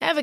Ever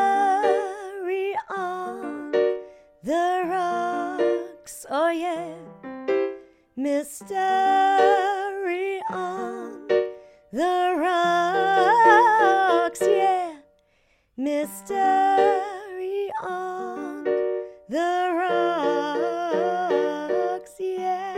Mystery on the rocks, oh yeah. Mystery on the rocks, yeah. Mystery on the rocks, yeah.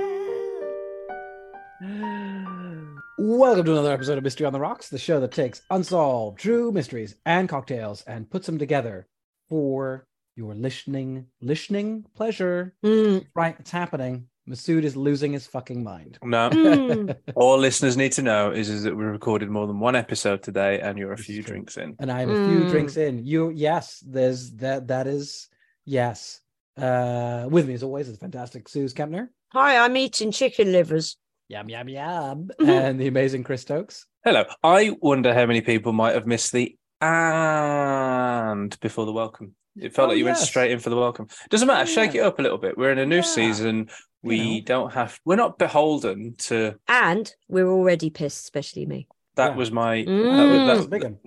Welcome to another episode of Mystery on the Rocks, the show that takes unsolved true mysteries and cocktails and puts them together for your listening listening pleasure. Right, it's happening. Masood is losing his fucking mind. No. Mm. All listeners need to know is, is that we recorded more than one episode today and you're a This is few true. drinks in. and I have a few Mm. drinks in. You yes, there's that that is yes. Uh with me as always is the fantastic Suze Kempner. Hi, I'm eating chicken livers. Yum yum yum. and the amazing Chris Stokes. Hello. I wonder how many people might have missed the and before the welcome. It felt Oh, like you yes. went straight in for the welcome. Doesn't matter. Yeah. Shake it up a little bit. We're in a new Yeah. season. We know. don't have, we're not beholden to And we're already pissed, especially me. that. Yeah. Was my, Mm. That was that, Uh, a that, big one.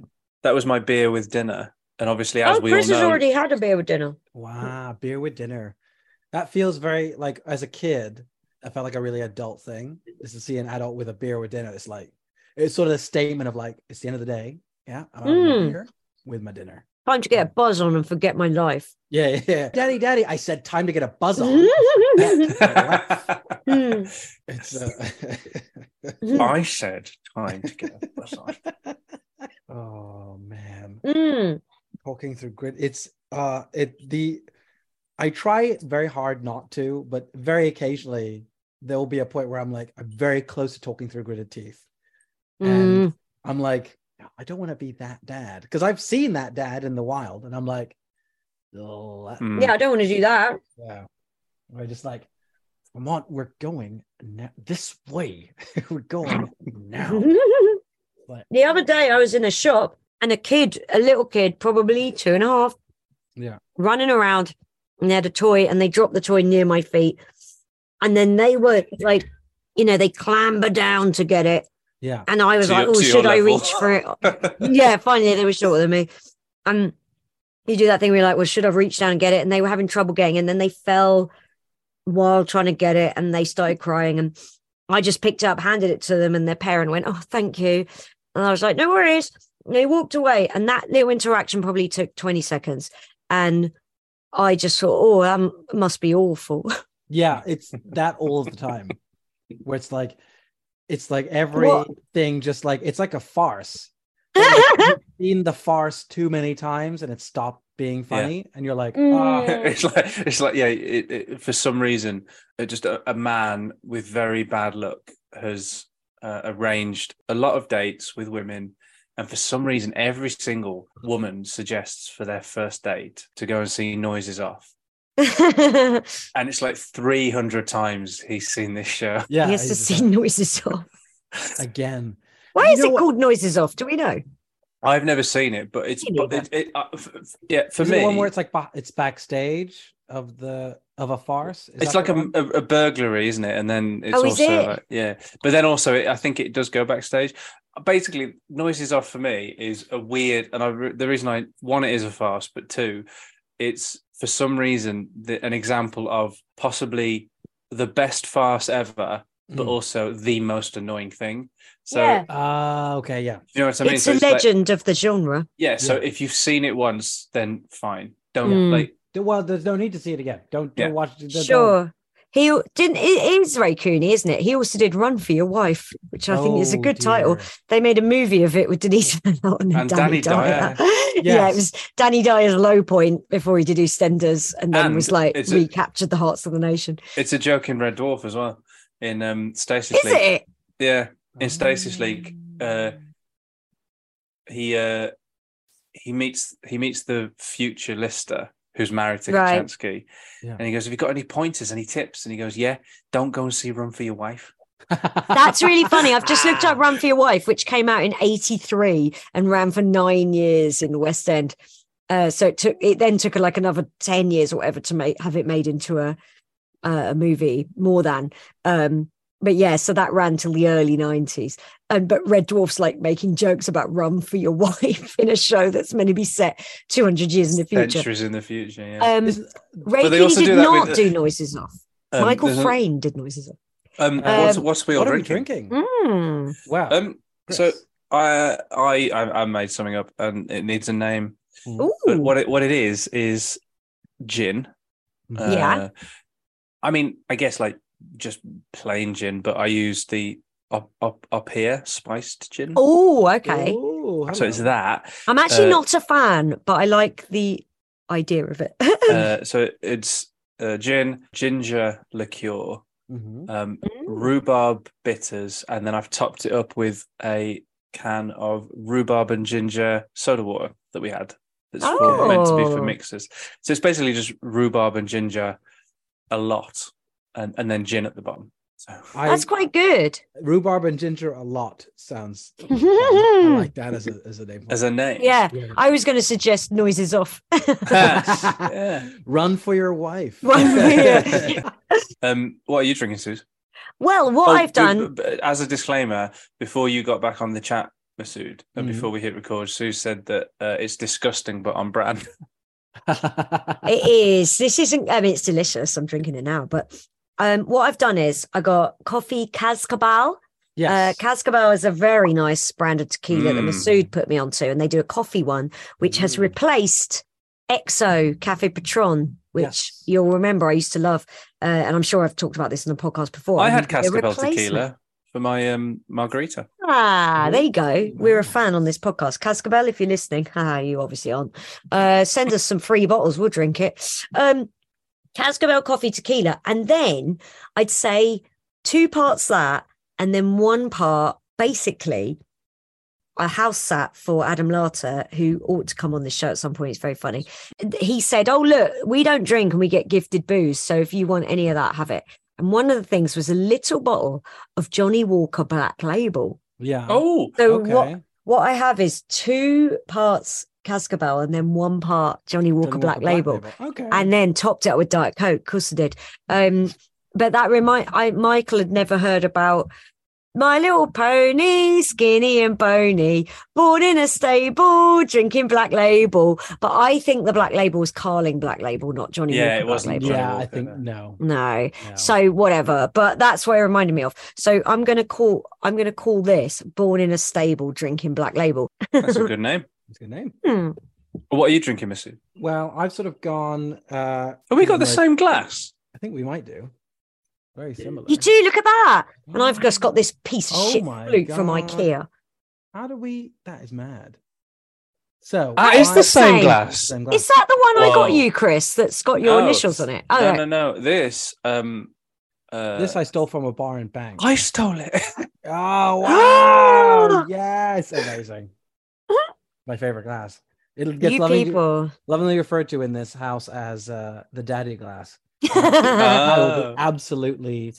that was my beer with dinner. And obviously, as oh, we Chris all has know, already had a beer with dinner. Wow, beer with dinner. That feels very like as a kid, I felt like a really adult thing. Is to see an adult with a beer with dinner. It's like it's sort of a statement of like it's the end of the day. Yeah, I'm having my Mm. beer with my dinner. Time to get a buzz on and forget my life. Yeah, yeah, yeah. Daddy, daddy, I said time to get a buzz on. Mm. It's, uh, I said time to get a bus on. oh man. Mm. Talking through grit. It's uh it the I try very hard not to, but very occasionally there will be a point where I'm like, I'm very close to talking through gritted teeth. mm. and Mm. I'm like, I don't want to be that dad because I've seen that dad in the wild, and I'm like, oh, that- Hmm. Yeah, I don't want to do that. yeah. We're just like, Vermont, we're going na- this way. we're going now. Mm-hmm. But the other day, I was in a shop and a kid, a little kid, probably two and a half, Yeah. running around and they had a toy and they dropped the toy near my feet. And then they were like, you know, they clamber down to get it. yeah, And I was To like, your- oh, to your should I level." reach for it? Hmm. yeah, finally they were shorter than me. And you do that thing where you're like, well, should I reach down and get it? And they were having trouble getting, it. and then they fell while trying to get it, and they started crying. And I just picked it up, handed it to them, and their parent went, "Oh, thank you." And I was like, "No worries." And they walked away, and that little interaction probably took 20 seconds. And I just thought, "Oh, that must be awful." yeah. It's that all of the time, where it's like, it's like everything, just like it's like a farce. Seen the farce too many times, and it stopped being funny, and you're like, ah, Mm. it's like it's like yeah. It, it, for some reason, it just a, a man with very bad luck has uh, arranged a lot of dates with women, and for some reason, every single woman suggests for their first date to go and see Noises Off, and it's like three hundred times he's seen this show. yeah, he has it's to just see noises off. like, again. Why You is know it what- called noises off? Do we know? I've never seen it, but it's Me but neither. it, it, uh, f- f- yeah for Is it me. the one where it's like ba- it's backstage of the of a farce. Is it's that like the a, one? a, a burglary, isn't it? And then it's Oh, is also it? like- yeah, but then also it, I think it does go backstage. Basically, noises off for me is a weird, and I re- the reason I one it is a farce, but two, it's for some reason the, an example of possibly the best farce ever, but Mm. also the most annoying thing. So Yeah. Ah, okay, yeah, you know what I mean. it's so a like- legend of the genre. yeah. So Yeah. if you've seen it once, then fine. Don't Mm. like Th- well, there's no need to see it again. Don't Yeah. don't watch. it. Sure. He didn't. It is Ray Cooney, isn't it? He also did Run for Your Wife, which I think is a Oh, good title. dear. They made a movie of it with Denise Mannott and, And Danny, Danny Dyer. Dyer. Yeah, it Yes. was Danny Dyer's low point before he did EastEnders, and then And was like it's a- recaptured the hearts of the nation. It's a joke in Red Dwarf as well. In um, Stasis Is League, it? yeah, in Stasis League, uh, he uh, he meets he meets the future lister who's married to Right. Kachansky, Yeah. and he goes, "Have you got any pointers, any tips?" And he goes, "Yeah, don't go and see Run for Your Wife." That's really funny. I've just looked up Run for Your Wife, which came out in 83 and ran for nine years in the West End. Uh, so it took it then took like another 10 years or whatever to make have it made into a uh, a movie more than um but yeah so that ran till the early 90s and but red dwarf's like making jokes about run for your wife in a show that's meant to be set 200 years in the future Centuries in the future, yeah. um Isn't- ray But they Keane also did do that with not the- do noises off Um, michael there's a- frayn did noises off Um, Um, what's, what's we all What are we drinking? drinking? Mm. Wow. Um, so Chris. I, I I I made something up, and it needs a name. But Mm. Ooh. what it what it is is gin. Mm. Yeah. Uh, I mean, I guess like just plain gin, but I use the up up up here spiced gin. Oh, okay. Ooh, So it's hello. that. I'm actually Uh, not a fan, but I like the idea of it. Uh, so it's uh, gin, ginger liqueur, Mhm. um, Mm. rhubarb bitters, and then I've topped it up with a can of rhubarb and ginger soda water that we had. That's for, meant to be Oh. for mixers. So it's basically just rhubarb and ginger, a lot, and and then gin at the bottom. So I, That's quite good. rhubarb and ginger a lot sounds. fun. Mm-hmm. I like that as a as a name. for as it. a name, Yeah, Yeah. I was going to suggest noises off. Yeah. Run for your wife. Run for your- Um, what are you drinking, Suze? well, what Oh, I've b- done, b- b- as a disclaimer, before you got back on the chat, Masood, and Mhm. before we hit record, Sue said that uh, it's disgusting, but on brand. it is this isn't. I mean, it's delicious. I'm drinking it now, but um, what I've done is I got coffee Cascabel. yes. Uh, Cascabel is a very nice brand of tequila that Mm. Masood put me onto, and they do a coffee one, which has Hmm. Mm. replaced Exo Cafe Patron, which Yes. you'll remember I used to love. Uh, and I'm sure I've talked about this in the podcast before. I had They're Cascabel replacement. tequila for my um, margarita. Ah, there you go. We're a Wow. fan on this podcast. Cascabel, if you're listening, ah, you obviously aren't. Uh, send us some free bottles. We'll drink it. Um, Cascabel coffee tequila. And then I'd say two parts that, and then one part, basically, a house sat for Adam Larter, who ought to come on this show at some point. It's very funny. He said, Oh, look, we don't drink and we get gifted booze. So if you want any of that, have it. And one of the things was a little bottle of Johnny Walker Black Label. yeah. Oh, So okay. what what I have is two parts Cascabel and then one part Johnny Walker Johnny Black Label, Okay. and then topped it up with Diet Coke. Of course I did. Um, but that remind I Michael had never heard about My Little Pony, skinny and bony, born in a stable, drinking Black Label. But I think the Black Label was Carling Black Label, not Johnny Yeah, Walker it Black wasn't Label. Johnny yeah, I Walker think there. no. No. no. So whatever, but that's what it reminded me of. So I'm gonna call I'm gonna call this "Born in a Stable, Drinking Black Label." Oh, that's a good name. That's a good name. Hmm. What are you drinking, Masood? Well, I've sort of gone. uh Have Oh, we got the like- same glass? I think we might do. Very similar. You do look at that, and I've just got this piece of Oh shit my flute from God. IKEA. How do we? That is mad. So Ah, That it's is the the same same. glass. Same glass. Is that the one I got Whoa. you, Chris? That's got your No. initials on it. Oh, no, yeah. no, no. This, um, uh, this I stole from a bar in Bang. I Ah! stole it. Oh wow! yes, amazing. My favorite glass. It gets you lovingly, people. lovingly referred to in this house as uh, the daddy glass. Ah, I will Oh. be absolutely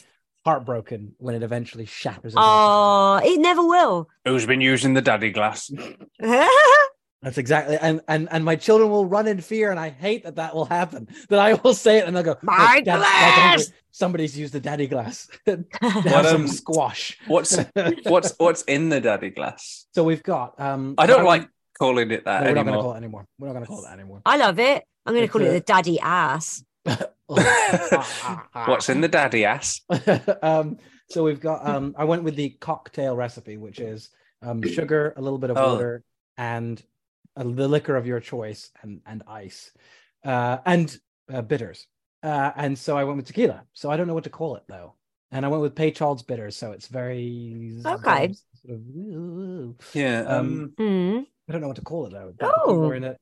heartbroken when it eventually shatters. into pieces. oh, it never will. Who's been using the daddy glass? that's exactly. And and and my children will run in fear, and I hate that that will happen. That I will say it, and they'll go, My "Look, Dad- Dad's glass!" hungry. Somebody's used the daddy glass. What, Have some um, squash. What's what's what's in the daddy glass? So we've got. Um, I don't Adam- like calling it No, that we're not going to anymore. call it anymore. We're not going to call it that anymore. I love it. I'm gonna It's call it a- the daddy ass. What's in the daddy ass? um, so we've got. Um, I went with the cocktail recipe, which is um, sugar, a little bit of Oh. water, and uh, the liquor of your choice, and and ice, uh, and uh, bitters. Uh, and so I went with tequila. So I don't know what to call it though. And I went with Pay Charles bitter. So it's very Okay. Sort of, Yeah. Um, Um, Hmm. I don't know what to call it though. but the people Oh. were in it.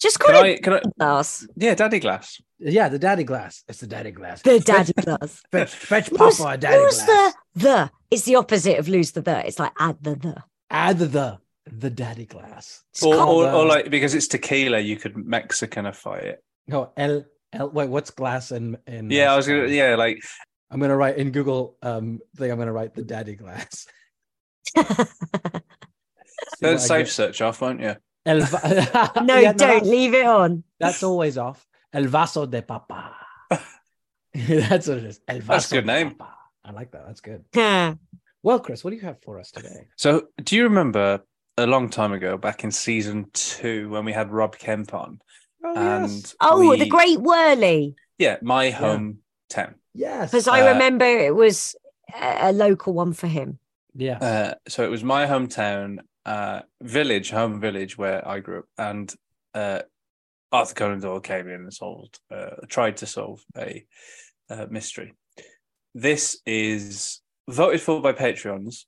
Just can call it I? Can I? glass. Yeah, Daddy Glass. Yeah, the daddy glass. It's the daddy glass. The Fetch- daddy glass. Fetch, fetch Lose- Papa a daddy lose glass. the the. It's the opposite of lose the the. It's like add the the. Add the the daddy glass. It's Or, called- called, or, or uh, like because it's tequila, you could Mexicanify it. No, el el. Wait, what's glass in in? Yeah, I was gonna. Mexico? Yeah, like I'm gonna write in Google um thing. I'm gonna write the daddy glass. See don't what I save get. search off, won't you? El va- no, Yeah, don't That's, leave it on. that's always off. El vaso de papa. that's what it is. El vaso. That's a good de name. papa. I like that. That's good. Yeah. Well, Chris, what do you have for us today? So, do you remember a long time ago, back in season two, when we had Rob Kemp on? Oh and oh, the we- Great Whirly. Yeah, my hometown. yes. Because Yes. I Uh, remember it was a, a local one for him. Yeah. Uh, so it was my hometown, uh, village, home village where I grew up, and uh, Arthur Conan Doyle came in and solved, uh, tried to solve a uh, mystery. This is voted for by Patreons,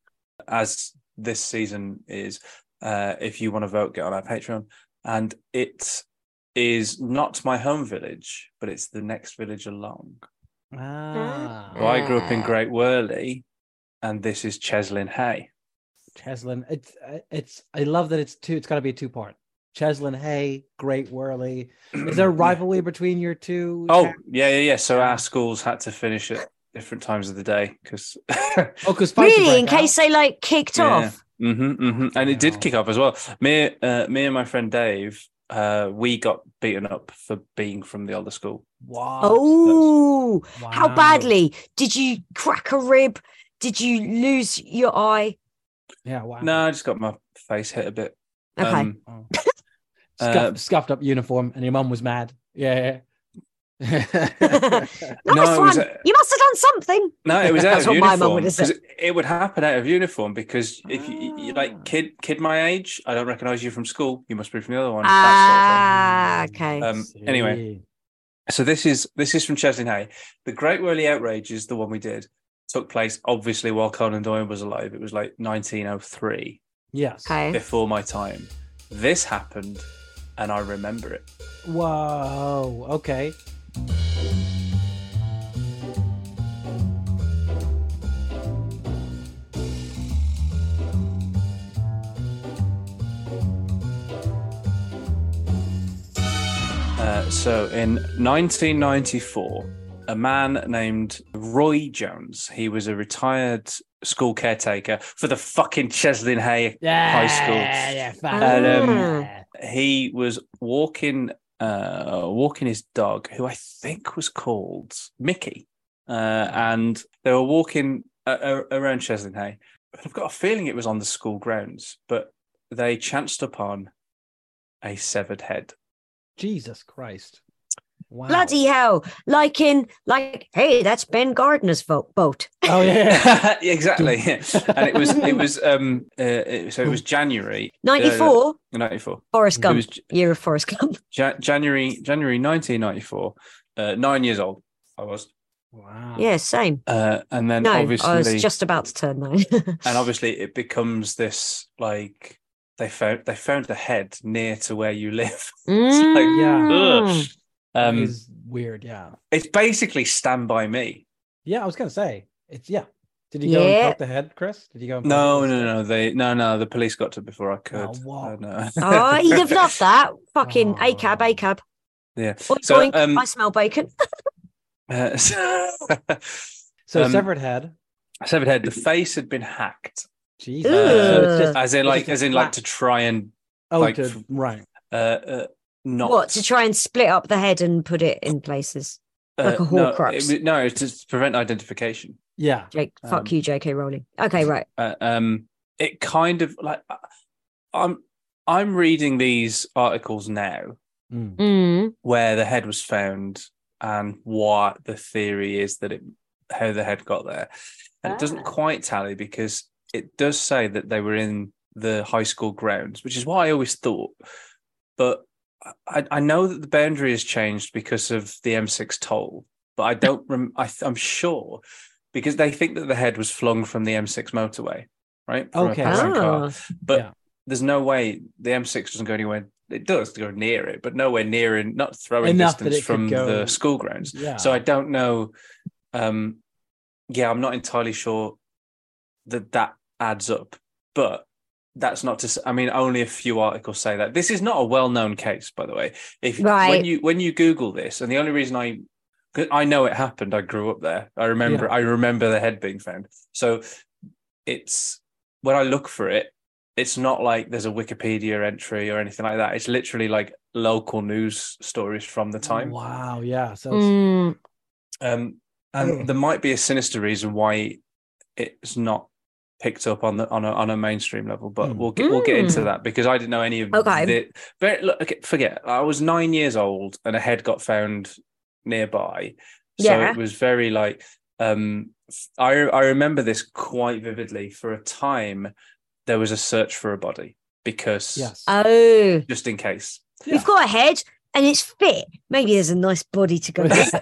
as this season is. Uh, if you want to vote, get on our Patreon, and it is not my home village, but it's the next village along. ah. So I grew up in Great Worley, and this is Cheslin Hay. Cheslin. It's uh, it's. I love that it's two. It's got to be a two part. Cheslin Hay, Great Whirly. Is there a rivalry between your two? Oh yeah, yeah, yeah. So Yeah. our schools had to finish at different times of the day because, oh, because Really, in case they like kicked Yeah. Mm-hmm, off. and it Wow. did kick off as well. Me, uh, me, and my friend Dave, uh, we got beaten up for being from the older school. Wow. Oh, Wow. how badly did you crack a rib? Did you lose your eye? Yeah. Wow. No, I just got my face hit a bit. Okay. Um, Oh. Uh, Scuff, scuffed up uniform, and your mum was mad. Yeah. yeah. nice no, it one. was a- You must have done something. no, it was out That's of what my uniform mum would have said. 'cause it- it would happen out of uniform because if you, you Ah. like kid kid my age, I don't recognise you from school. You must be from the other one. that sort of thing. Ah, okay. Um, anyway. See. So this is this is from Cheslin Hay. The Great Whirly Outrage is the one we did. Took place obviously while Conan Doyle was alive. It was like 1903, Yes. okay. before my time. This happened, and I remember it. Whoa. Okay. Uh, so in 1994, a man named Roy Jones. He was a retired school caretaker for the fucking Cheslin Hay Yeah. High school. Yeah. fine. Ah. And, um, Yeah. he was walking uh walking his dog who i think was called mickey uh and they were walking uh, uh, around cheslin hay i've got a feeling it was on the school grounds but they chanced upon a severed head Jesus Christ. Wow. Bloody hell. Like in, like, hey, that's Ben Gardner's vo- boat. Oh yeah. exactly yeah. and it was it was um uh, it- so it was january 94, uh, 94 Forrest It Gump. was J- Year of Forrest Gump. Ja- january january 1994 uh, 9 years old i was Wow. Yeah, same. uh, and then no, obviously I was just about to turn nine. and obviously it becomes this like they found they found a head near to where you live. Mm. Ugh. Um, Um, is weird. Yeah. it's basically Stand by Me. Yeah. I was gonna say it's yeah. Did you go Yeah. and poke the head, Chris? Did you go? And poke No, the no, head? no, they no, no. The police got to it before I could. Oh, what? I know. Oh, you'd have loved that. Fucking Oh. ACAB, ACAB. Yeah. Oink, So, oink, um, I smell bacon. Uh, So Um, severed head. severed head. The face had been hacked, Jesus. Ugh. So it's just as in It's like just a as in like flat- to try and oh, like- to- right. uh, uh not What, to try and split up the head and put it in places? like a uh, No, it, Horcrux? was- no, it's to prevent identification. Yeah. Jake, fuck Um, you, JK Rowling. Okay, right. uh, um it kind of like I- i'm i'm reading these articles now Mm. Mm. where the head was found and what the theory is that it how the head got there and it doesn't quite tally because it does say that they were in the high school grounds which is what i always thought but I, I know that the boundary has changed because of the M6 toll, but I don't. Rem- I th- I'm sure because they think that the head was flung from the M6 motorway, right? From a Okay. passing car. Ah, But Yeah. there's no way the M6 doesn't go anywhere. It does go near it, but nowhere near in not throwing Enough that distance it could from go- the school grounds. Yeah. So I don't know. Um, yeah, I'm not entirely sure that that adds up, but that's not to. s- I mean, only a few articles say that. This is not a well-known case, by the way. If when Right. you when you Google this, and the only reason I 'cause I know it happened, I grew up there. I remember. I remember the head being found. So it's when I look for it, it's not like there's a Wikipedia entry or anything like that. It's literally like local news stories from the time. Wow. Yeah. So it's- mm, Um, and Mm. there might be a sinister reason why it's not picked up on the on a on a mainstream level, but Mm. we'll get we'll get into Mm. that because I didn't know any of Okay. the very look okay, forget I was nine years old and a head got found nearby. So Yeah. it was very like um I I remember this quite vividly. For a time there was a search for a body because yes. oh, just in case. you've got a head and it's fit. Maybe there's a nice body to go. with.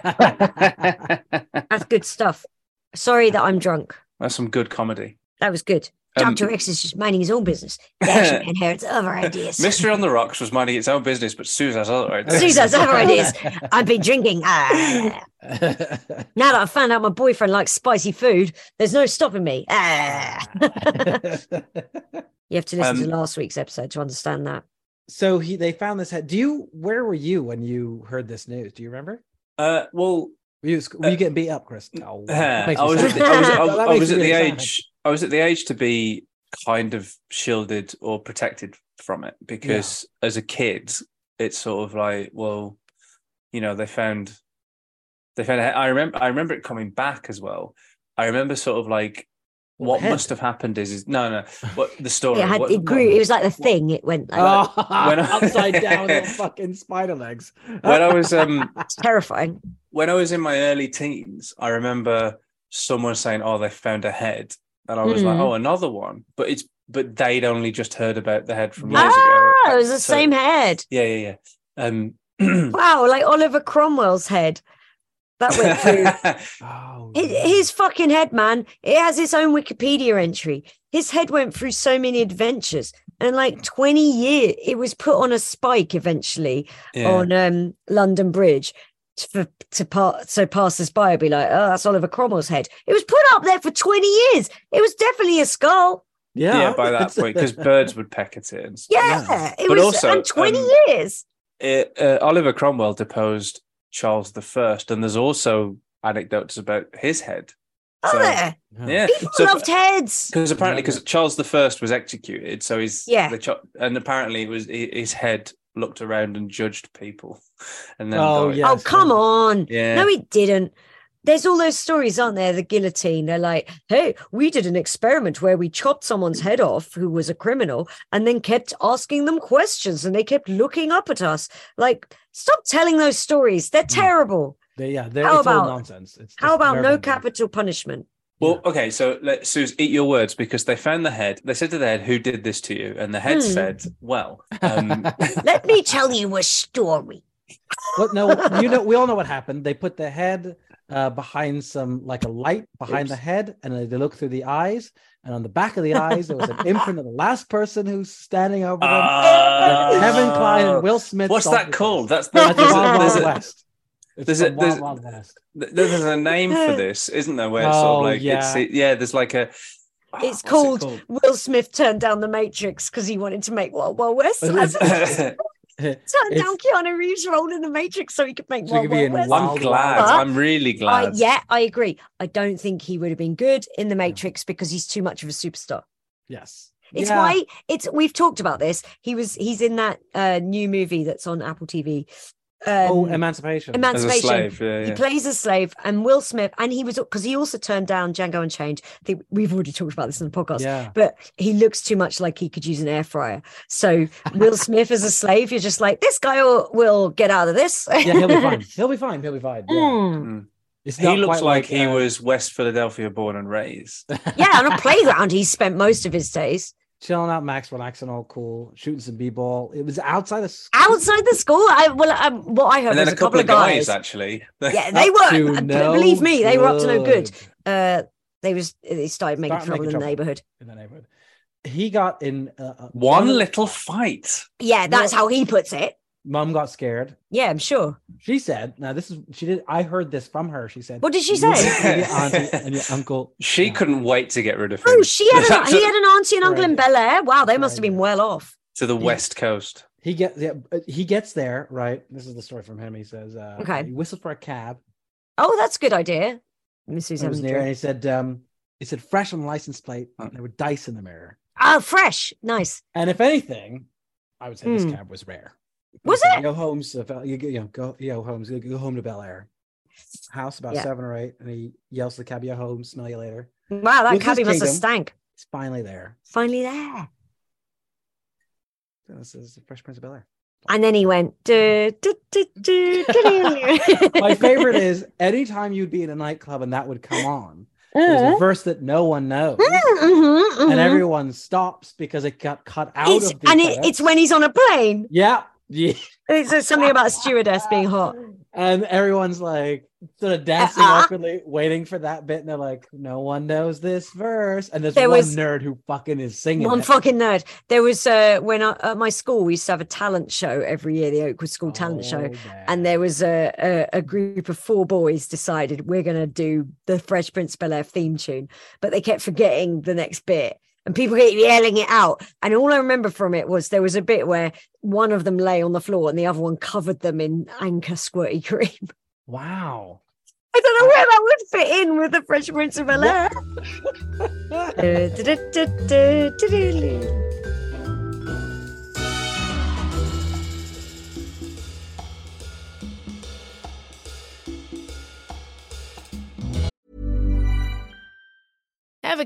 That's good stuff. Sorry that I'm drunk. That's some good comedy. That was good. Um, Dr. X is just minding his own business. Dash inherits other ideas. Mystery on the Rocks was minding its own business, but Suze has other ideas. Suze has other ideas. I've been drinking. Ah. Now that I've found out my boyfriend likes spicy food, there's no stopping me. Ah. You have to listen Um, to last week's episode to understand that. so he they found this head. Do you where were you when you heard this news? Do you remember? Uh, well, Were you, were you getting beat up, Chris? No. that Uh, I makes me was, at sad. the, I was, I, That I makes was me at the really sad. age. I was at the age to be kind of shielded or protected from it because as a kid, it's sort of like, well, you know, they found, they found. a he- I remember. I remember it coming back as well. I remember sort of like Well, what head. must have happened is, is no, no. What the story? It had what- Ah. it grew. It was like the thing. It went like, Oh, when I- upside down with little fucking spider legs. When I was um terrifying. when I was in my early teens, I remember someone saying, "Oh, they found a head," and I was like, Mhm. "Oh, another one." But it's but they'd only just heard about the head from Ah, years ago. Oh, it was the So- same head. Yeah, yeah, yeah. Um, Wow, like Oliver Cromwell's head. That went through. oh, His, yeah. his fucking head, man. It has its own Wikipedia entry. His head went through so many adventures, and like twenty years, it was put on a spike eventually Yeah. on um, London Bridge to, for, to par- so passers by would be like, "Oh, that's Oliver Cromwell's head." It was put up there for twenty years. It was definitely a skull. yeah, Oh, yeah, by that it's- point, because birds would peck at it. And stuff. Yeah, Yeah. it But was. also, and twenty um, years. It, uh, Oliver Cromwell deposed Charles the First, and there's also anecdotes about his head. Are so- there? Yeah, Oh, People so- loved heads. because apparently Love because it. charles the first was executed so his Yeah. the cho- and apparently it was hi- his head looked around and judged people and then Oh died. yeah. oh, come on. yeah No, it didn't. There's all those stories, aren't there? The guillotine. They're like, hey, we did an experiment where we chopped someone's head off who was a criminal and then kept asking them questions and they kept looking up at us. Like, stop telling those stories. They're Mm. terrible. They, yeah, they're, How it's all about- nonsense. It's How just about no nerve-wracking. capital punishment? well okay so let Suze eat your words because they found the head they said to the head who did this to you and the head Hmm. said well um, Let me tell you a story. Well, no, you know, we all know what happened. They put the head uh, behind some, like a light behind the head, and they look through the eyes. And on the back of the eyes, there was an imprint of the last person who's standing over them. ah, Kevin Klein and Will Smith. what's solved that the called case. that's there's, That's there's, Wild a, there's, Wild a, West. It's there's a- from Wild there's a- Wild West. there's a name for this isn't there where it's sort Oh, of like yeah. it's yeah there's like a ah, It's what's it called- Will Smith turned down The Matrix because he wanted to make Wild Wild West. It That's is- what he called? Turned it's- down Keanu Reeves' role in The Matrix so he could make So he could Wild be Wild in West. Wild I'm glad. But- I'm really glad. I, Uh, yeah, I agree. I don't think he would have been good in the Matrix because he's too much of a superstar. Yes. It's Yeah. why it's we've talked about this. He was he's in that uh, new movie that's on Apple TV. Um, oh, emancipation. As a Emancipation. slave, yeah, He yeah. plays a slave, and Will Smith, and he was because he also turned down Django Unchained. I think we've already talked about this in the podcast, yeah. but he looks too much like he could use an air fryer. So Will Smith as a slave, you're just like this guy will, will get out of this. Yeah, he'll be fine. He'll be fine. He'll be fine. Yeah. Mm. It's He not looks quite like he uh, was West Philadelphia born and raised. yeah, on a playground, he spent most of his days. chilling out, Max relaxing, all cool, shooting some b-ball. It was outside of school. outside the school. I well, I, what I heard and then was a couple, of guys, actually. Yeah, they Up to were. Uh, no believe me, they were up to no good. good Uh, they was they started making Started trouble making in the trouble. neighborhood. in the neighborhood. He got in uh, uh, One of the- little fight. Yeah, that's No. how he puts it. Mom got scared. Yeah, I'm sure. She said, "Now this is she did. I heard this from her. She said, What did she "You say? and your auntie and your uncle. She Yeah. couldn't wait to get rid of him Oh, she had an, he had an auntie and uncle in Right. Bel Air. Wow, they must have Right. been well off. to the Yeah. West Coast. He gets yeah, but he gets there right. This is the story from him. He says, uh, Okay. He whistled for a cab. Oh, that's a good idea. Mrs. It was near, and Hamilton. he said, um, "He said fresh on the license plate. Oh. And there were dice in the mirror. Oh, fresh. Nice. And if anything, I would say Hmm. this cab was rare. He Was said, it? Yo Holmes, if, uh, you, go- you know, go yo Holmes, you go home to Bel Air. House about Yeah. seven or eight, and he yells to the cab, "Yo Holmes, smell you later." Wow, that Mrs. cabby must have Kingdom. stank. He's finally there. Finally there. So This is the Fresh Prince of Bel Air. And then he went. "Du- du- du- du- du-du-du." My favorite is anytime you'd be in a nightclub and that would come on. Uh-huh. There's a verse that no one knows, Mhm, mhm. and everyone stops because it got cut out mm-hmm. It's- of the. and it, it's when he's on a plane. yeah, yeah. It's uh, something about a stewardess being hot. And everyone's like sort of dancing Uh-uh. awkwardly, waiting for that bit, and they're like, "No one knows this verse." And there's There one was- nerd who fucking is singing. One it. fucking nerd. There was uh, when I, at my school we used to have a talent show every year, the Oakwood School Talent Oh, Show, man. and there was a, a a group of four boys decided we're gonna do the Fresh Prince of Bel Air theme tune, but they kept forgetting the next bit. And people kept yelling it out. And all I remember from it was there was a bit where one of them lay on the floor and the other one covered them in anchor squirty cream. wow. I don't know where that would fit in with the Fresh Prince of Bel Air. Ever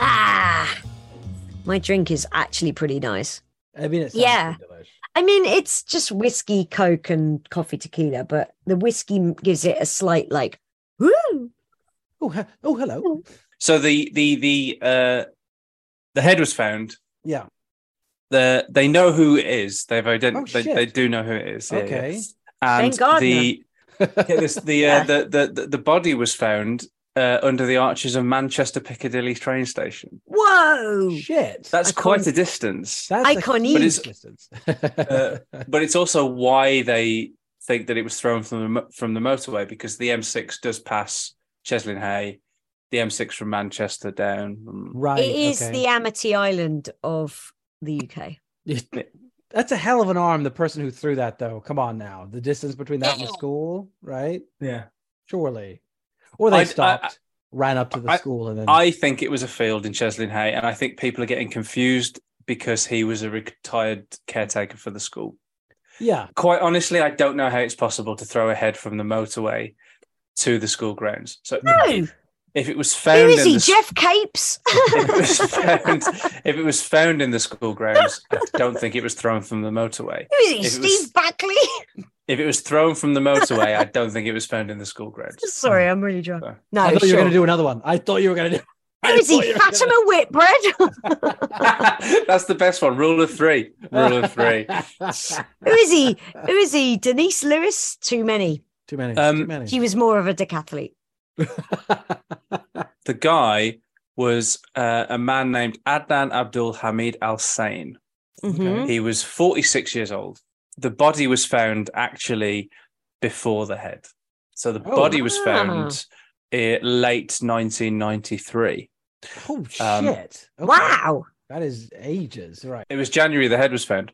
ah, my drink is actually pretty nice. I mean, it sounds Yeah. pretty delish. I mean, it's just whiskey, coke, and coffee tequila, but the whiskey m- gives it a slight like, woo. Oh, he- oh, hello. So the the the uh, the head was found. Yeah. The they know who it is. They've Oh, identified. they, shit. they do know who it is. Yeah, yeah. Okay. And Thank God, the yeah, this, the, Yeah. uh, the the the body was found uh, under the arches of Manchester Piccadilly train station. Whoa. Shit. That's I quite can't- a distance. That's a Iconic. huge But it's- distance. Uh, but it's also why they think that it was thrown from the, mo- from the motorway because the M6 does pass Cheslin Hay, the M6 from Manchester down. mm, right. It is okay. the Amity Island of the UK. That's a hell of an arm. The person who threw that, though, come on now. The distance between that and the school, right? Yeah, Surely, or they I- I- stopped, ran up to the I- school, and then I think it was a field in Cheslin Hay, and I think people are getting confused because he was a retired caretaker for the school. yeah, Quite honestly, I don't know how it's possible to throw a head from the motorway to the school grounds. So No. if it was Oh, Who found is in he? the school- Jeff Capes? if it was found if it was found in the school grounds, I don't think it was thrown from the motorway. Who is he? If it Steve was- Buckley? If it was thrown from the motorway, I don't think it was found in the school grounds. Sorry, I'm really drunk. Sorry. No, I thought you sure. were going to do another one. I thought you were going to do. I Who is thought he? you were gonna- Fatima Whitbread? That's the best one. Rule of three. Rule of three. Who is he? Who is he? Denise Lewis? Too many. Too many. Um, too many. She was more of a decathlete. The guy was uh, a man named Adnan Abdul Hamid Al Sain. Mm-hmm. He was 46 years old. The body was found actually before the head. So the Oh. body was Ah. found eh, late 1993. Oh shit! Um, Okay. Wow. that is ages, right? It was January the head was found.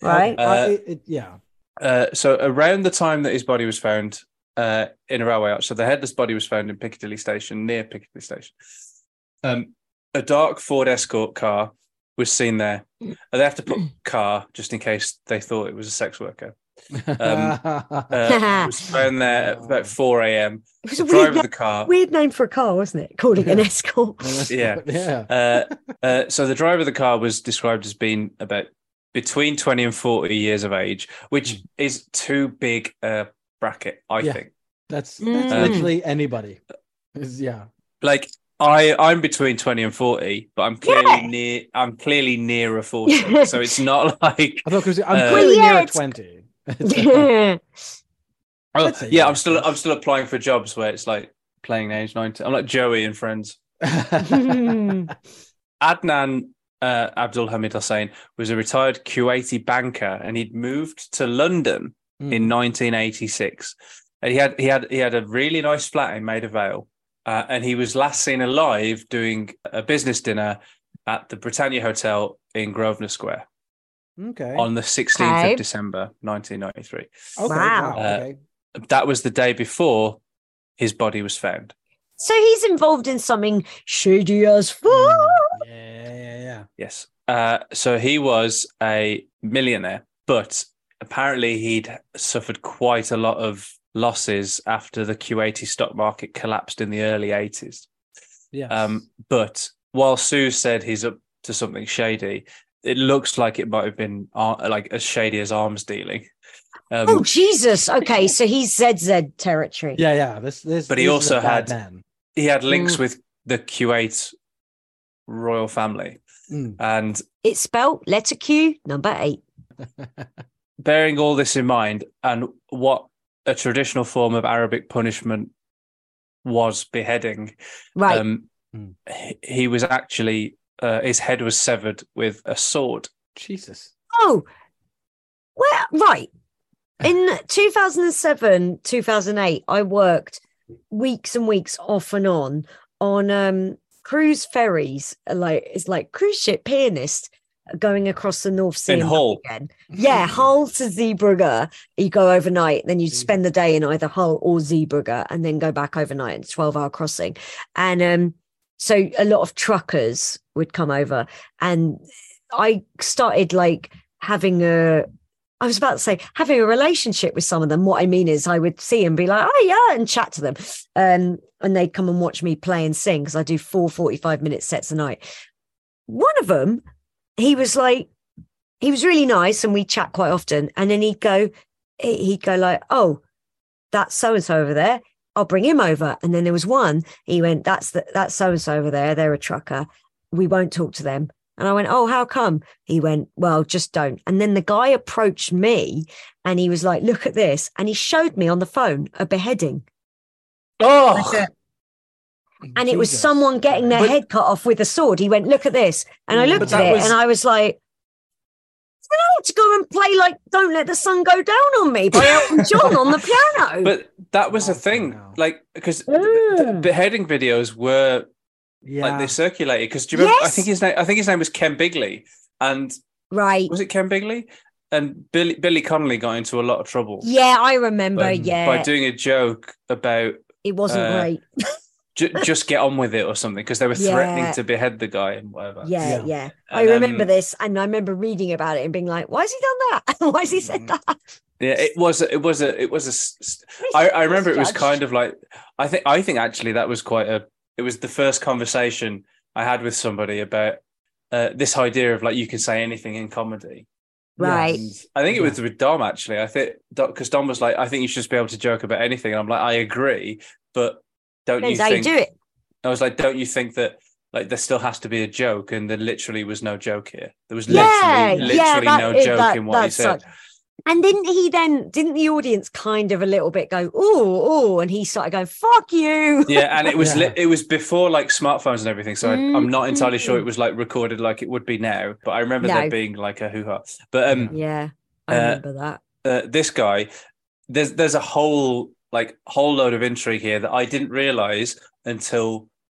Right. Uh, it- it- yeah. Uh, so around the time that his body was found uh, in a railway arch, so the headless body was found in Piccadilly Station, near Piccadilly Station. Um, a dark Ford Escort car was seen there. Uh, they have to put car just in case they thought it was a sex worker. um, Uh, it was found there at about 4 a.m. It was The Oh. a weird, driver of the na- car. weird name for a car, wasn't it? Calling an escort. yeah. yeah. Uh, uh, so the driver of the car was described as being about between 20 and 40 years of age, which Hmm. is too big a bracket, I Yeah. think. That's that's Mm. literally anybody. Is- yeah. Like I, I'm between 20 and 40, but I'm clearly Yeah. near. I'm clearly nearer 40, so it's not like. I thought because I'm Uh, clearly Well, yeah, near a it's- twenty. yeah. Oh, I'd say yeah, yeah. I'm still. I'm still applying for jobs where it's like playing age 90. I'm like Joey and Friends. Hmm. Adnan uh, Abdul Hamid Hussein was a retired Kuwaiti banker, and he'd moved to London Hmm. in 1986. And he had he had he had a really nice flat in Maida Vale, uh, and he was last seen alive doing a business dinner at the Britannia Hotel in Grosvenor Square okay. on the 16th Okay. of December 1993. okay. Wow. Uh, okay. That was the day before his body was found. so he's involved in something shady as fuck. Mm, yeah, yeah, yeah. Yes. Uh, so he was a millionaire, but apparently he'd suffered quite a lot of losses after the Kuwaiti stock market collapsed in the early 80s. Yes. Um, but while Sue said he's up to something shady, it looks like it might have been ar- like as shady as arms dealing. Um, Oh Jesus! Okay, so he's ZZ territory. yeah, yeah. This, this. But he this is a also bad had- man. he had links Mm. with the Kuwait royal family, Mm. and It's spelled letter Q, number eight. bearing all this in mind, and what a traditional form of Arabic punishment was beheading. Right. Um, Mm. he, he was actually uh, his head was severed with a sword. Jesus. oh, well, right. In 2007, 2008, I worked weeks and weeks off and on on um, cruise ferries. Like it's like cruise ship pianist going across the North Sea In and back Hull. again. Yeah, Hull to Zeebrugge. You go overnight, then you spend the day in either Hull or Zeebrugge, and then go back overnight. It's twelve hour crossing, and um, so a lot of truckers would come over, and I started like having a. I was about to say having a relationship with some of them. What I mean is, I would see and be like, "Oh yeah," and chat to them, um, and they'd come and watch me play and sing because I do four 45 minute sets a night. One of them, he was like, he was really nice and we chat quite often. And then he'd go, he- he'd go like, oh, that's so and so over there. I'll bring him over. And then there was one, he went, that's the, that's so and so over there. They're a trucker. We won't talk to them. And I went, oh, how come? He went, well, just don't. And then the guy approached me and he was like, look at this. And he showed me on the phone a beheading. Oh, and it was Jesus. someone getting their But- head cut off with a sword. He went, "Look at this," and I Mm. looked But at that it, was- and I was like, "No, to go and play like Don't Let the Sun Go Down on Me" by Elton John on the piano. but that was a Awful thing, now. like because Mm. beheading videos were Yeah. like they circulated because do you remember? I Yes. think his name. I think his name was Ken Bigley, and right? was it Ken Bigley? And Billy Billy Connolly got into a lot of trouble. Yeah, I remember. by, yeah, by doing a joke about it wasn't uh, great. ju- just get on with it or something because they were threatening Yeah. to behead the guy and whatever. Yeah, Yeah. yeah. I And, remember um, this, and I remember reading about it and being like, "Why has he done that? Why has he Mm. said that?" Yeah, it was it was a it was a. s- s- I, I remember it was kind of like I think I think actually that was quite a. It was the first conversation I had with somebody about uh, this idea of like you can say anything in comedy. right. Yes. I think it Yeah. was with Dom actually. I think because Dom was like, I think you should just be able to joke about anything, and I'm like, I agree, but don't Depends you how you think? do it. I was like, don't you think that like there still has to be a joke? And there literally was no joke here. There was Yeah, literally, literally yeah. That, no it- joke that, in what he that said. sucked. And didn't he then, didn't the audience kind of a little bit go, oh, oh, and he started going, fuck you. Yeah, and it was Yeah. Li- it was before like smartphones and everything, so I, I'm not entirely sure Mm. it was like recorded like it would be now. But I remember No. there being like a hoo ha. But um, Yeah, I Uh, remember that. uh, this guy there's there's a whole like whole load of intrigue here that I didn't realize until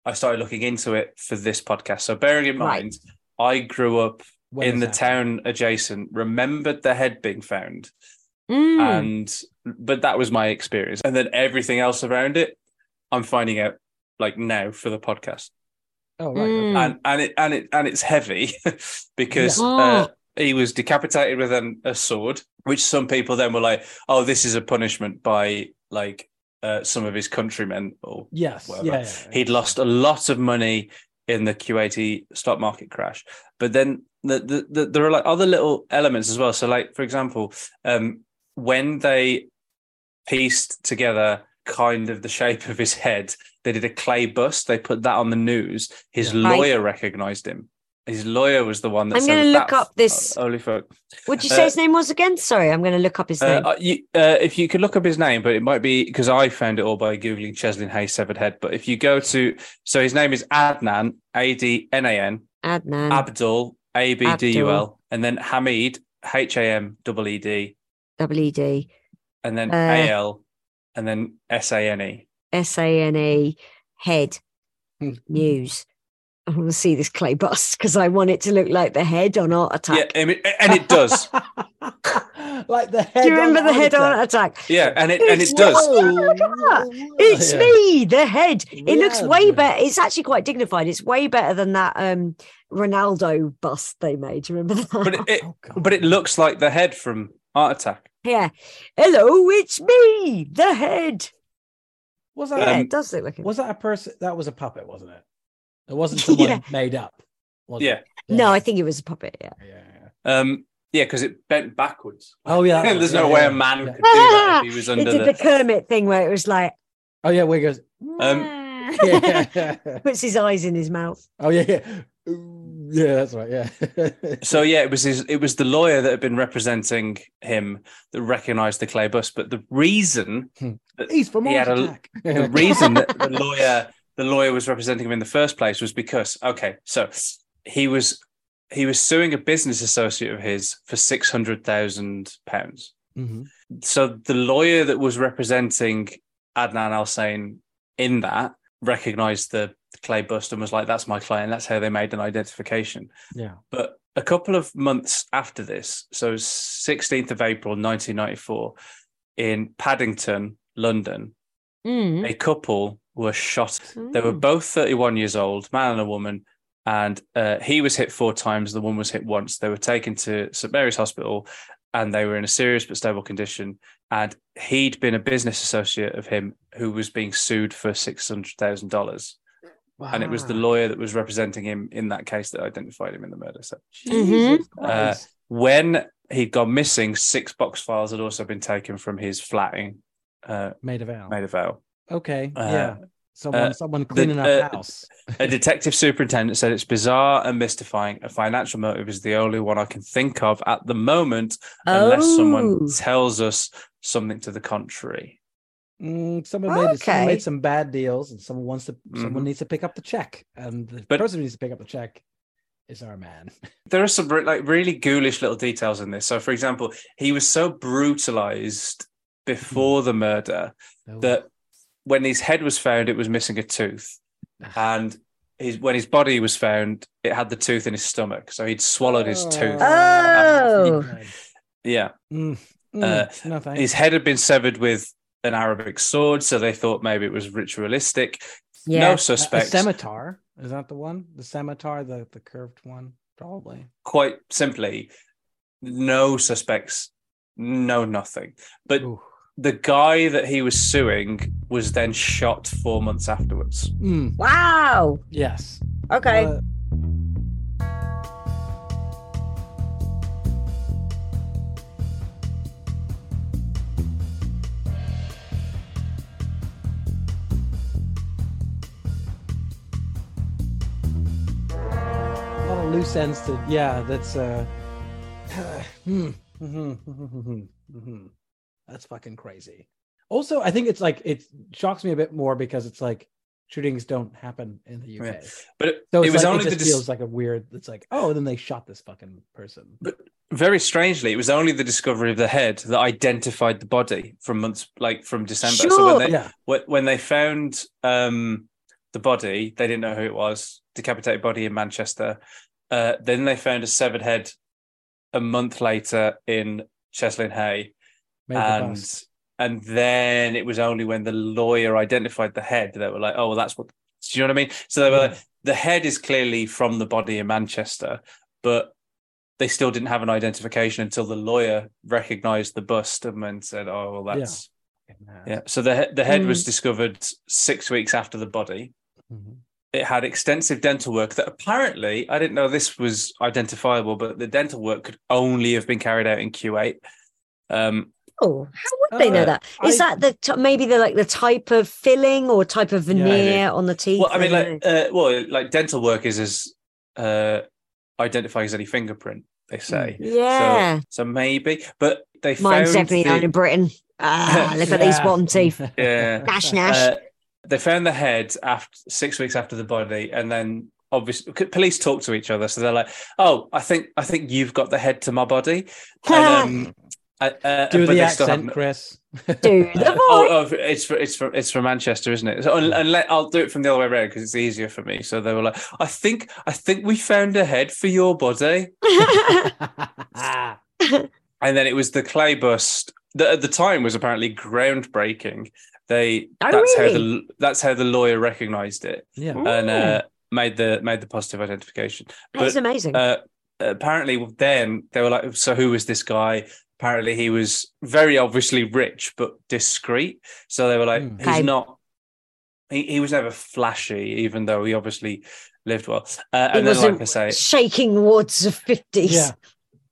I started looking into it for this podcast. So bearing in Right. mind, I grew up When in the this happened. town adjacent, remembered the head being found, Mm. and but that was my experience. And then everything else around it, I'm finding out like now for the podcast. Oh right. okay. Mm. And and it and it and it's heavy because Yeah. Oh. uh, he was decapitated with an, a sword, which some people then were like, "Oh, this is a punishment by like uh, some of his countrymen." Or Yes. Yeah, whatever. yeah, yeah. he'd lost a lot of money in the Q80 stock market crash, but then the, the, the, there are like other little elements as well. So, like for example, um, when they pieced together kind of the shape of his head, they did a clay bust. They put that on the news. His Yeah. Right. lawyer recognized him. His lawyer was the one that I'm said, gonna look "That- up this- Holy fuck! What'd you say uh, his name was again? Sorry, I'm going to look up his name. Uh, you, uh, if you could look up his name, but it might be because I found it all by googling Cheslin Hayes severed head. But if you go to, so his name is Adnan, A D N A N, Adnan. Abdul, A B D U L, and then Hamid, H A M double E D, W E D and then Uh, A L, and then S A N E. S A N E head Hmm. news. I want to see this clay bust because I want it to look like the head on Art Yeah, Attack. I mean, and it does. like the head. Do you remember the head on on Art Attack? yeah, and it and It's it does. Yeah, look at that. It's Oh, Yeah. me, the head. It looks Yeah. way better. It's actually quite dignified. It's way better than that um Ronaldo bust they made. Do you remember that? But it, Oh, God. but it looks like the head from Art Attack. yeah. Hello, it's me, the head. was Yeah, that Um, it does look like it. was that a person that was a puppet, wasn't it? It wasn't someone Yeah. made up. was it? Yeah. No, I think it was a puppet. Yeah. Yeah, yeah. Um, yeah, because it bent backwards. Oh yeah. that's right. There's no Yeah, way yeah, a man yeah. could do that if he was They under did the Kermit thing where it was like Oh yeah, where he goes. Um, yeah, yeah, yeah. puts his eyes in his mouth. Oh yeah, yeah. Ooh, Yeah, that's right. Yeah. So yeah, it was his, it was the lawyer that had been representing him that recognised the clay bust. But the reason He's from He had Mars a- Attack. the reason that the lawyer the lawyer was representing him in the first place was because okay, so he was he was suing a business associate of his for six hundred thousand pounds. Mhm. So the lawyer that was representing Adnan Al Hussein in that recognised the clay bust and was like, "That's my client. That's how they made an identification." Yeah. But a couple of months after this, so 16th of April 1994, in Paddington, London, Mm. a couple were shot. They were both 31 years old, man and a woman. And uh, he was hit four times, the woman was hit once. They were taken to St. Mary's Hospital and they were in a serious but stable condition. And he'd been a business associate of him who was being sued for $600,000. And it was the Wow. lawyer that was representing him in that case that identified him in the murder. So Mm-hmm. Jesus Christ. when he'd gone missing, six box files had also been taken from his flat in uh, made of owl. Maid of Vale. Okay. Uh, yeah. Someone, uh, someone cleaning up uh, house. A detective superintendent said it's bizarre and mystifying. A financial motive is the only one I can think of at the moment, unless Oh. someone tells us something to the contrary. Mm, someone made, someone Okay. made some bad deals, and someone wants to. Someone Mhm. needs to pick up the check, and the But- person who needs to pick up the check is our man. There are some re- like really ghoulish little details in this. So, for example, he was so brutalized before the murder No. that when his head was found, it was missing a tooth, and his when his body was found, it had the tooth in his stomach, so he'd swallowed Oh. his tooth. Oh. Yeah, Mm, mm, Uh, no thanks. his head had been severed with an Arabic sword, so they thought maybe it was ritualistic. No Yeah. A- a suspects, scimitar is that the one? The scimitar, the the curved one, probably. quite simply, no suspects, no nothing. But Ooh. the guy that he was suing was then shot four months afterwards. Mm, Wow. yes. Okay. Uh, a lot of loose ends to yeah. That's uh. hmm. Mhm. hmm That's fucking crazy. Also, I think it's like it shocks me a bit more because it's like shootings don't happen in the UK. Yeah. But it, So it it's was like, only it the just dis- feels like a weird. It's like oh, then they shot this fucking person. very strangely, it was only the discovery of the head that identified the body from months, like from December. So Sure. when they yeah, when, when they found um, the body, they didn't know who it was. Decapitated body in Manchester. Uh, then they found a severed head a month later in Cheslin Hay, made the and bus. and then it was only when the lawyer identified the head that they were like, oh, well, that's what. Do you know what I mean? So they were like, the head is clearly from the body in Manchester, but they still didn't have an identification until the lawyer recognized the bust and then said, oh, well, Yeah. that's. Yeah. So the he- the head was discovered six weeks after the body. Mhm. It had extensive dental work that apparently I didn't know this was identifiable, but the dental work could only have been carried out in Q8. Um, Oh, how would they Uh, know that? Is I- that the t- maybe the like the type of filling or type of Yeah, maybe. veneer on the teeth? well, I mean, don't know. like, uh, well, like dental work is as uh, identifies any fingerprint. They say, Mm. yeah, So, so maybe, but they mine's found definitely down the- uh, in Britain. Ah, look at these Yeah. bottom teeth. Yeah. Nash, nash. Uh, they found the head after six weeks after the body, and then obviously c- police talk to each other. So they're like, "Oh, I think I think you've got the head to my body." And, um, I- uh, Do but the they still accent, haven't- Chris. Do the Uh, voice. oh, oh, it's for it's for it's for Manchester, isn't it? So, and, I'll do it from the other way around because it's easier for me. So they were like, "I think I think we found a head for your body," Ah. and then it was the clay bust that at the time was apparently groundbreaking. They Oh, that's how the really? that's how the lawyer recognised it yeah. and Mm. uh, made the made the positive identification. That's But amazing. uh, apparently, then they were like, "So who was this guy?" Apparently, he was very obviously rich but discreet. So they were like, Hmm. "He's Okay. not. He, he was never flashy, even though he obviously lived well." Uh, He and then, like wasn't I say, shaking wards of fifties. Yeah.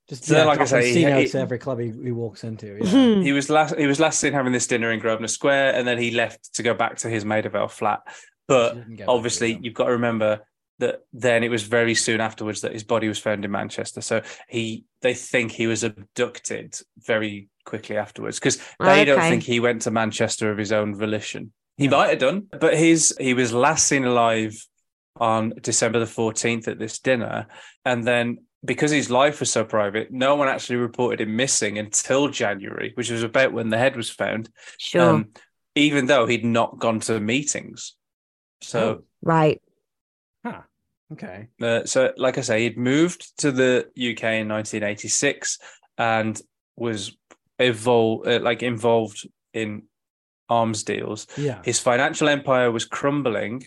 Just So yeah, then, like I dropping say, C he- notes to he- every club he, he walks into. Yeah. Mhm. he was last he was last seen having this dinner in Grosvenor Square, and then he left to go back to his Maidavale flat. But She didn't get back to obviously um, them. you've got to remember that then it was very soon afterwards that his body was found in Manchester. So he they think he was abducted very quickly afterwards because they don't Ah, Okay. think he went to Manchester of his own volition. He might have done, but his he was last seen alive on December the 14th at this dinner and then because his life was so private, no one actually reported him missing until January, which was about when the head was found. Sure. Um, even though he'd not gone to meetings, Oh. so right. okay. uh, so, like I say, he'd moved to the UK in 1986 and was evol- uh, like involved in arms deals. Yeah. His financial empire was crumbling,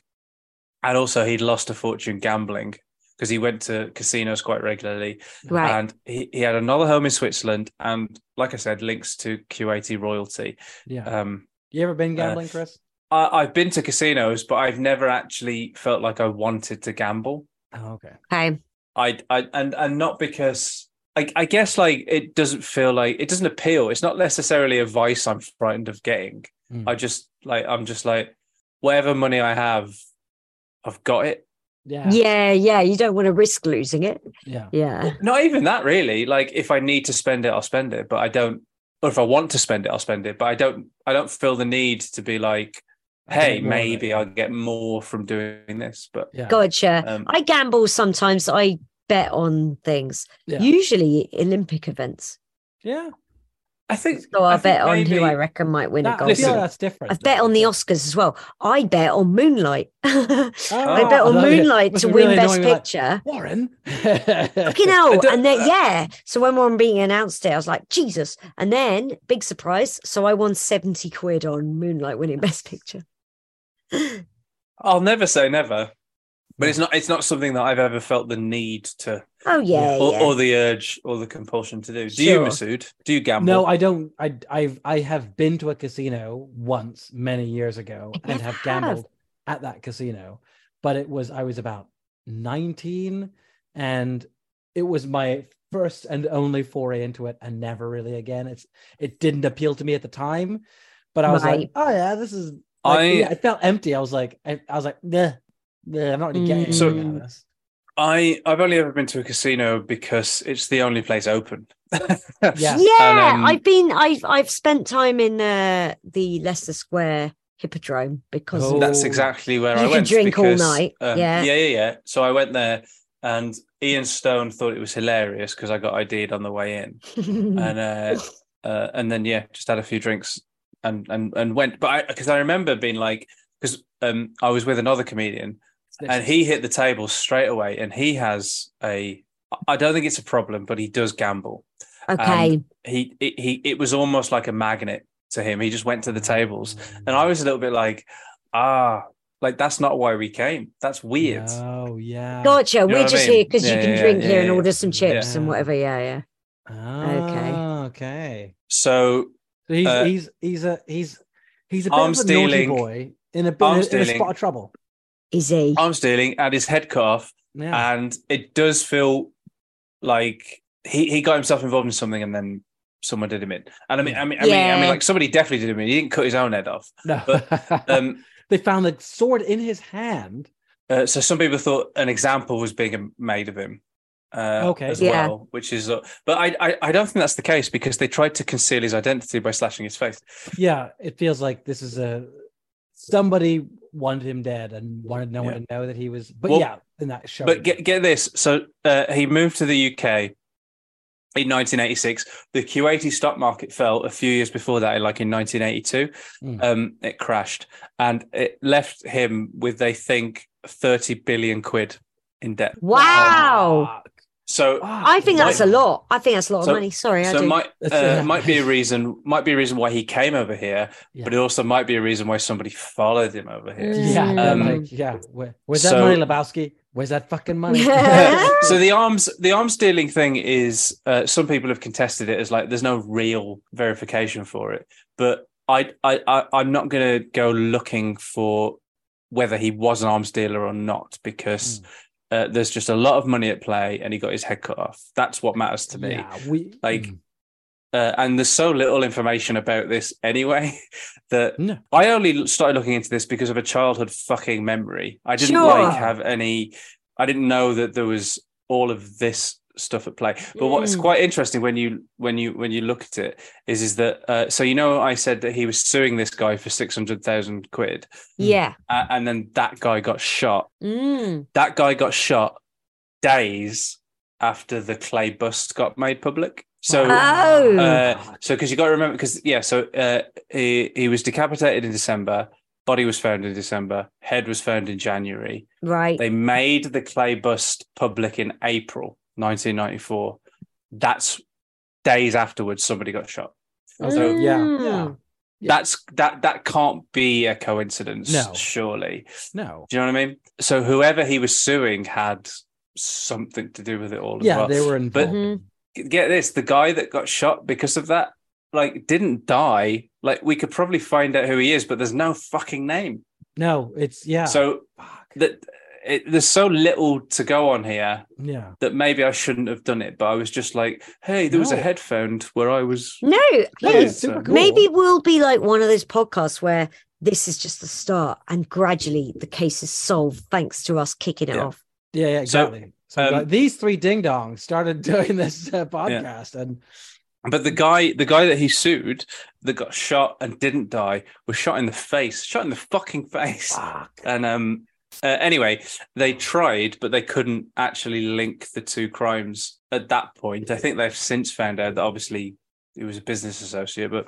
and also he'd lost a fortune gambling because he went to casinos quite regularly. Right. And he, he had another home in Switzerland, and like I said, links to Kuwaiti royalty. Yeah. Um, you ever been uh, gambling, Chris? I, I've been to casinos, but I've never actually felt like I wanted to gamble. Oh, okay. okay. I, I and and not because I, I guess like it doesn't feel like it doesn't appeal. It's not necessarily a vice I'm frightened of getting. Mm. Hmm. I just like I'm just like whatever money I have, I've got it. Yeah. Yeah. yeah, You don't want to risk losing it. Yeah. Yeah. Not even that really. Like if I need to spend it, I'll spend it. But I don't. Or if I want to spend it, I'll spend it. But I don't. I don't feel the need to be like, I'll hey, get more of it. maybe I'll get more from doing this. But Yeah. Gotcha. um, I gamble sometimes. I bet on things, Yeah. usually Olympic events. yeah. I think So I, I think bet on who maybe- I reckon might win a That, gold. I feel Listen, that's different. I bet on the Oscars as well. I bet on Moonlight. I bet Oh, on that- Moonlight must to be win really Best annoying, like, Picture. Warren. Fucking I hell. don't- And then, yeah. So when one being announced it, I was like, Jesus. And then, big surprise. So I won 70 quid on Moonlight winning Best Picture. I'll never say never, but it's not it's not something that I've ever felt the need to Oh, yeah. or, yeah. or the urge or the compulsion to do. Do you, Sure. Masood? Do you gamble? No, I don't. I I've I have been to a casino once many years ago I and never have have. gambled at that casino, but it was I was about nineteen, and it was my first and only foray into it, and never really again. It's it didn't appeal to me at the time, but I was like, Right. oh yeah, this is. Like, I yeah, it felt empty. I was like, I, I was like, nah, nah, I'm not really getting Mm. So- anything out of this. I I've only ever been to a casino because it's the only place open. Yeah. Yeah, And, um, I've been I've I've spent time in uh, the Leicester Square Hippodrome because Oh. That's exactly where You I could went. drink all because, um, night, yeah. yeah, yeah, yeah. So I went there, and Ian Stone thought it was hilarious because I got ID'd on the way in, and uh, uh, and then yeah, just had a few drinks and and and went. But because I, remember being like, because um, I was with another comedian, and he hit the table straight away, and he has a. I don't think it's a problem, but he does gamble. okay, He he, he it was almost like a magnet to him. He just went to the tables. And I was a little bit like, ah, like that's not why we came. That's weird. Oh yeah. gotcha. know We're what I just mean? here because you Yeah, can yeah, drink yeah, here yeah. and order some chips and Yeah. whatever. Yeah, yeah. Okay. Ah, okay. So So he's Uh, he's he's a he's he's a bit arm of a naughty stealing. boy in a bit in a- Arm in a stealing. spot of trouble. Is he? arm stealing and his head cut off, Yeah. and it does feel like he, he got himself involved in something and then someone did him in. And I mean, I mean, I mean, I Yeah. mean, like somebody definitely did him in. He didn't cut his own head off. no. Oh. Um, they found the sword in his hand. uh, so some people thought an example was being made of him. Uh, Okay. as Yeah. well, which is, uh, but I, I I don't think that's the case because they tried to conceal his identity by slashing his face. Yeah, it feels like this is a somebody wanted him dead and wanted no one Yeah. to know that he was. But Well, yeah, in that show. But get get this. So uh, he moved to the UK in 1986. The Kuwaiti stock market fell a few years before that, like in 1982. Mm. Um, it crashed, and it left him with they think 30 billion quid in debt. wow. So I think that's a Right. lot. I think that's a lot of So- money. Sorry, Oh, I so do. it might That's- uh, yeah. might be a reason might be a reason why he came over here, Yeah. but it also might be a reason why somebody followed him over here. Yeah, Mm. they're Um, like, yeah. Where, where's that so- money, Lebowski? Where's that fucking money? so the arms the arms dealing thing is uh, some people have contested it as like there's no real verification for it but i i, I i'm not going to go looking for whether he was an arms dealer or not because uh, there's just a lot of money at play and he got his head cut off that's what matters to me Yeah, we Like, mm. uh, and there's so little information about this anyway that No. I only started looking into this because of a childhood fucking memory. I didn't Sure. like have any. I didn't know that there was all of this stuff at play. But what's Mm. quite interesting when you when you when you look at it is is that uh, so you know I said that he was suing this guy for six hundred thousand quid, yeah. uh, and then that guy got shot. Mm. That guy got shot days after the clay bust got made public. So Oh. Mm. uh, so because you got to remember because yeah so uh, he, he was decapitated in december body was found in december head was found in january Right. they made the clay bust public in april 1994 that's days afterwards somebody got shot so, yeah, yeah, Mm. Yeah. that's that that can't be a coincidence No. surely no, do you know what i mean so whoever he was suing had something to do with it all as yeah, well they were But- involved. Mhm. get this the guy that got shot because of that like didn't die like we could probably find out who he is but there's no fucking name No, it's yeah. so Fuck. that it, there's so little to go on here yeah, that maybe i shouldn't have done it but i was just like hey there was a No. head found where i was No. No, hey, it's super so- cool. Maybe we'll be like one of those podcasts where this is just the start and gradually the case is solved thanks to us kicking it Yeah. off. yeah, yeah, So, exactly. So, um, like, these three ding dongs started doing this uh, podcast, and but the guy the guy that he sued that got shot and didn't die was shot in the face shot in the fucking face fuck, and um uh, anyway they tried but they couldn't actually link the two crimes at that point i think they've since found out that obviously he was a business associate but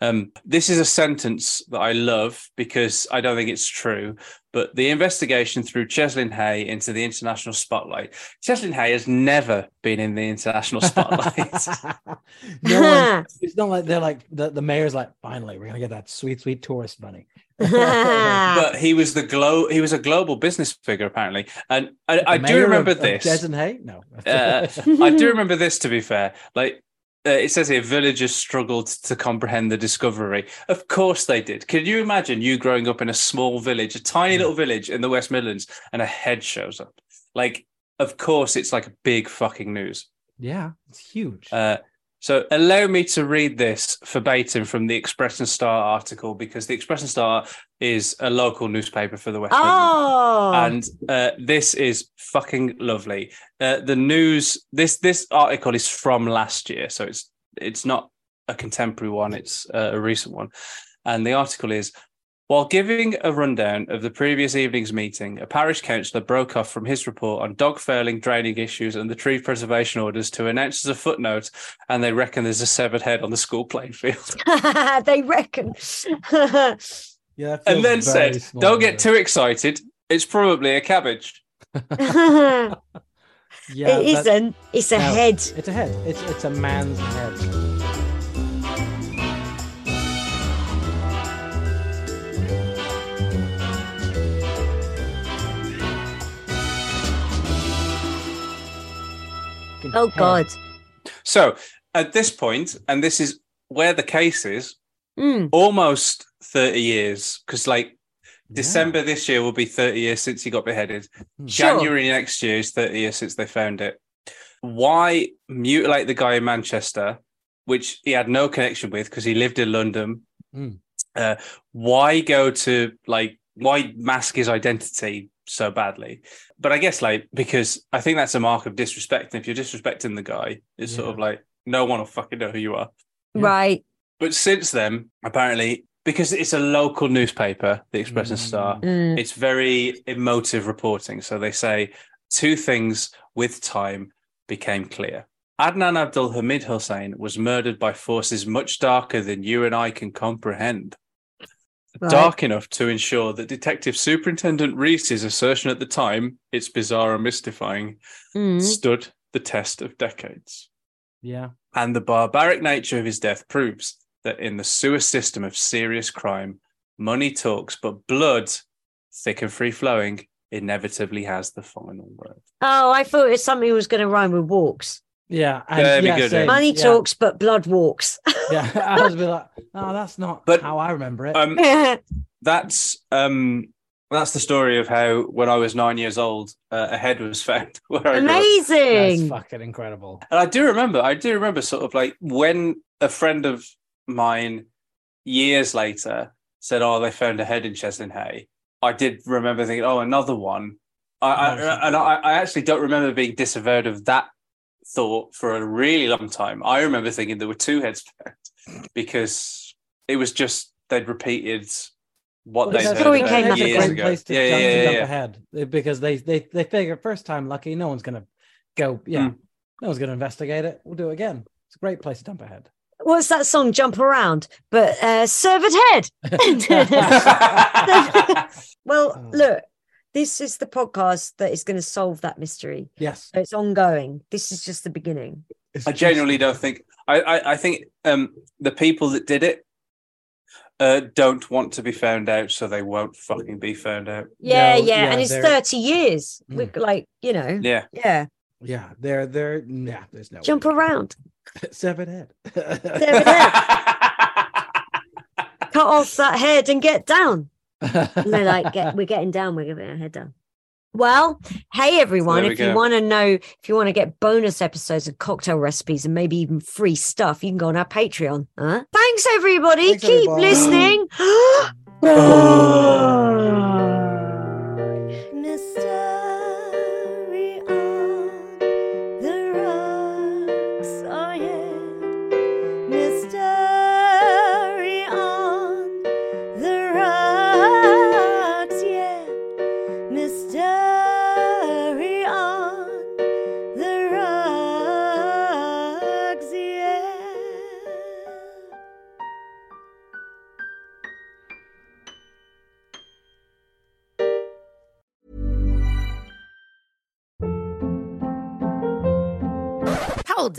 um this is a sentence that i love because i don't think it's true but the investigation threw cheslin hay into the international spotlight cheslin hay has never been in the international spotlight no one it's not like they're like the, the mayor's like finally we're gonna get that sweet sweet tourist money Ah. but he was the glo- he was a global business figure apparently and i, I The do mayor of- remember of this Desmond Hay? no Uh, I do remember this, to be fair. Like, uh, it says here, villagers struggled to comprehend the discovery. Of course they did. Can you imagine you growing up in a small village, a tiny little village in the West Midlands, and a head shows up? Like, of course, it's like big fucking news. yeah it's huge Uh, So allow me to read this verbatim from the Express and Star article because the Express and Star is a local newspaper for the West Midlands. Oh, Um, And uh, this is fucking lovely. Uh, the news this this article is from last year, so it's it's not a contemporary one; it's uh, a recent one. And the article is: while giving a rundown of the previous evening's meeting, a parish councillor broke off from his report on dog furling, draining issues, and the tree preservation orders to announce as a footnote, and they reckon there's a severed head on the school playing field. they reckon. Yeah. that and feels then very said, small, "Don't get though. too excited. It's probably a cabbage." it Yeah, that- isn't. It's a no. head. It's a head. It's it's a man's head. Oh God. So at this point, and this is where the case is, Mm. almost 30 years, because like Yeah. December this year will be 30 years since he got beheaded. Sure. January next year is 30 years since they found it. Why mutilate the guy in Manchester, which he had no connection with because he lived in London? Mm. Uh, why go to like, why mask his identity so badly? But I guess like, because I think that's a mark of disrespect. And if you're disrespecting the guy, it's sort Yeah. of like, no one will fucking know who you are. Right. But since then, apparently, because it's a local newspaper, the Express and Hmm. Star, Mm. it's very emotive reporting. So they say two things with time became clear. Adnan Abdul Hamid Hussein was murdered by forces much darker than you and I can comprehend. Right. Dark enough to ensure that Detective Superintendent Reese's assertion at the time, it's bizarre and mystifying, Mm. stood the test of decades Yeah. and the barbaric nature of his death proves that in the sewer system of serious crime, money talks, but blood, thick and free flowing, inevitably has the final word. Oh, I thought it was something that was going to rhyme with walks. Yeah. And That'd be yeah, good, same, eh? Money yeah, talks, but blood walks. Yeah. I was be like, no, that's not But- how I remember it. Um, yeah. that's um, that's the story of how, when I was nine years old, uh, a head was found where I grew up. that's Amazing. fucking incredible. And I do remember, I do remember sort of like when a friend of mine years later said, Oh, they found a head in Cheslin Hay. I did remember thinking, Oh, another one. I, I, and I, I actually don't remember being disavowed of that thought for a really long time. I remember thinking there were two heads found because it was just they'd repeated what Well, they'd that's heard how we about came up years with It's a it. great ago. place to yeah, yeah, jump, to yeah, jump yeah. ahead eh, because they they they figure first time lucky, no one's gonna go. Yeah, Hmm. no one's gonna investigate it. We'll do it again. It's a great place to jump ahead. What's that song? Jump around, but uh, severed head. well, Oh. look, this is the podcast that is going to solve that mystery. Yes, So it's ongoing. This is just the beginning. It's I just- genuinely don't think. I, I, I think um, the people that did it uh, don't want to be found out, so they won't fucking be found out. Yeah, No, yeah. yeah, And it's there- 30 years. We're Mm. like, you know, yeah. Yeah, Yeah, they're they're yeah. There's no way. Jump around, severed head. Severed head. cut off that head and get down. And they're like, get, we're getting down, we're giving our head down. Well, hey everyone, there we if you go. want to know, if you want to get bonus episodes of cocktail recipes and maybe even free stuff, you can go on our Patreon. Huh? Thanks everybody. Thanks, Keep everybody. listening. Mystery on the rocks, oh yeah. Mystery on the rocks, yeah. Mystery on the rocks, yeah. Hold